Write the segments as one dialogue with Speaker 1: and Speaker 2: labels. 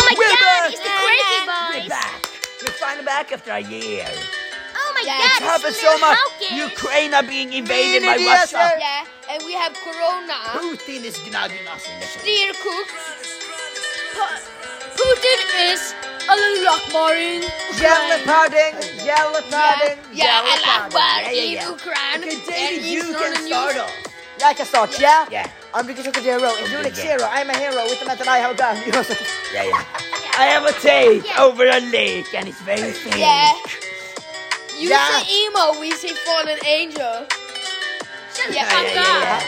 Speaker 1: Oh
Speaker 2: back after a year.
Speaker 3: Oh my
Speaker 4: Yeah,
Speaker 3: god,
Speaker 4: it's
Speaker 2: It happened so much. Ukraine are being invaded by
Speaker 4: Really,
Speaker 2: Russia.
Speaker 4: Yeah, and we have Corona.
Speaker 2: Putin is gonna do nothing.
Speaker 4: Dear cook. Putin is a lock marin.
Speaker 5: Yellow pudding, yellow pudding,
Speaker 4: Yeah,
Speaker 5: yellow
Speaker 4: a lock
Speaker 5: pudding.
Speaker 2: yeah,
Speaker 4: in
Speaker 2: yeah.
Speaker 4: Ukraine.
Speaker 2: Okay,
Speaker 4: and
Speaker 2: David,
Speaker 4: he's
Speaker 2: you
Speaker 4: not
Speaker 2: can
Speaker 4: on the
Speaker 2: start
Speaker 4: news.
Speaker 2: off.
Speaker 5: Like a start, yeah?
Speaker 2: Yeah.
Speaker 5: I'm because of a hero. If you
Speaker 2: Okay,
Speaker 5: like
Speaker 2: yeah.
Speaker 5: zero, I'm a hero with the metal I hold down. You're so...
Speaker 2: Yeah, yeah. I have a take
Speaker 3: Yeah.
Speaker 2: over a lake and it's very thin.
Speaker 4: Yeah. oh, You
Speaker 5: Yeah.
Speaker 4: say emo, we say fallen angel.
Speaker 3: Shut
Speaker 4: Yeah,
Speaker 3: the fuck
Speaker 2: yeah, yeah, yeah.
Speaker 3: up.
Speaker 4: Yeah,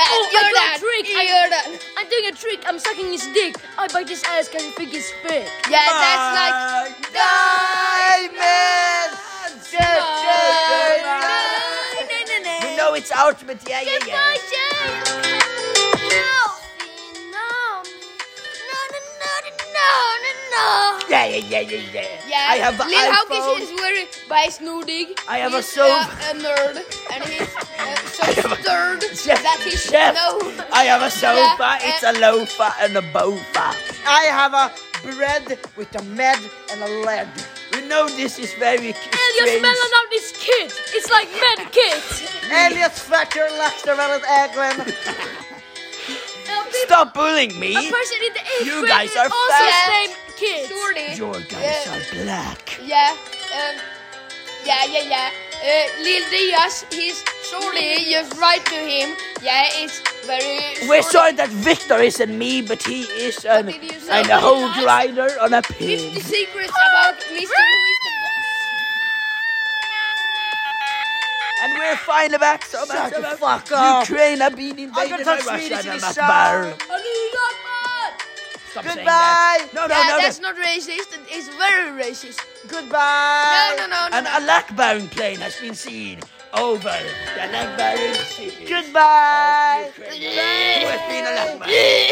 Speaker 1: Oh, I
Speaker 4: you're
Speaker 1: got
Speaker 4: that.
Speaker 1: tricked. I-
Speaker 4: You're that.
Speaker 1: I'm doing a trick. I'm sucking his dick. I bite his ass because I think he's big.
Speaker 4: Yeah, that's like.
Speaker 5: Diamonds!
Speaker 2: You know it's ultimate. Yeah, yeah, yeah. Yeah, yeah, yeah, yeah, yeah.
Speaker 4: Yeah,
Speaker 2: I have an
Speaker 4: Lil
Speaker 2: iPhone.
Speaker 4: Hawkins is worried by Snoodig.
Speaker 2: I have a
Speaker 4: he's,
Speaker 2: soap.
Speaker 4: Uh, a nerd, and he's uh, so
Speaker 2: have a-
Speaker 4: stirred
Speaker 2: Chef,
Speaker 4: that he's
Speaker 2: chef.
Speaker 4: no.
Speaker 2: I have a sofa,
Speaker 4: Yeah,
Speaker 2: it's a
Speaker 4: uh,
Speaker 2: loafer and a bofa.
Speaker 5: I have a bread with a med and a lead.
Speaker 2: We know this is very
Speaker 1: And you're
Speaker 2: strange.
Speaker 1: smelling out this kid. It's like mad kid.
Speaker 5: Elliot Fletcher, Lester Velvet Eglin.
Speaker 2: Stop bullying me.
Speaker 1: A person in the eighth
Speaker 2: You
Speaker 1: grade
Speaker 2: guys
Speaker 1: is
Speaker 2: are
Speaker 1: also
Speaker 4: fat.
Speaker 1: named kid.
Speaker 4: Shorty.
Speaker 2: Your guys
Speaker 4: Yeah.
Speaker 2: are black.
Speaker 4: Yeah, um, yeah, yeah, yeah. Uh, Lil Diaz, he's surely just right to him. Yeah, it's very.
Speaker 2: We're
Speaker 4: sorry.
Speaker 2: sorry that Victor isn't me, but he is um,
Speaker 4: What did you say?
Speaker 2: an old rider on a
Speaker 4: Fifty
Speaker 2: pig.
Speaker 4: secrets about Mr. Who is the
Speaker 2: And we're finally back. So
Speaker 5: Shut
Speaker 2: back, so
Speaker 5: the
Speaker 2: back.
Speaker 5: fuck up.
Speaker 2: Ukraine have been
Speaker 5: I'm
Speaker 2: invaded
Speaker 5: gonna
Speaker 2: by
Speaker 5: touch
Speaker 2: Russia
Speaker 5: Swedish in
Speaker 2: and a
Speaker 5: the
Speaker 2: bar.
Speaker 5: shower.
Speaker 2: Stop saying that.
Speaker 5: Goodbye.
Speaker 2: No, no,
Speaker 4: Yeah,
Speaker 2: no, no.
Speaker 4: that's not racist. It's very racist.
Speaker 5: Goodbye.
Speaker 2: Uh,
Speaker 4: No, no, no, no.
Speaker 2: An Alakbaran plane has been seen over the Alakbaran city.
Speaker 5: Goodbye.
Speaker 2: Oh, Ukraine. Who has been Alakbaran?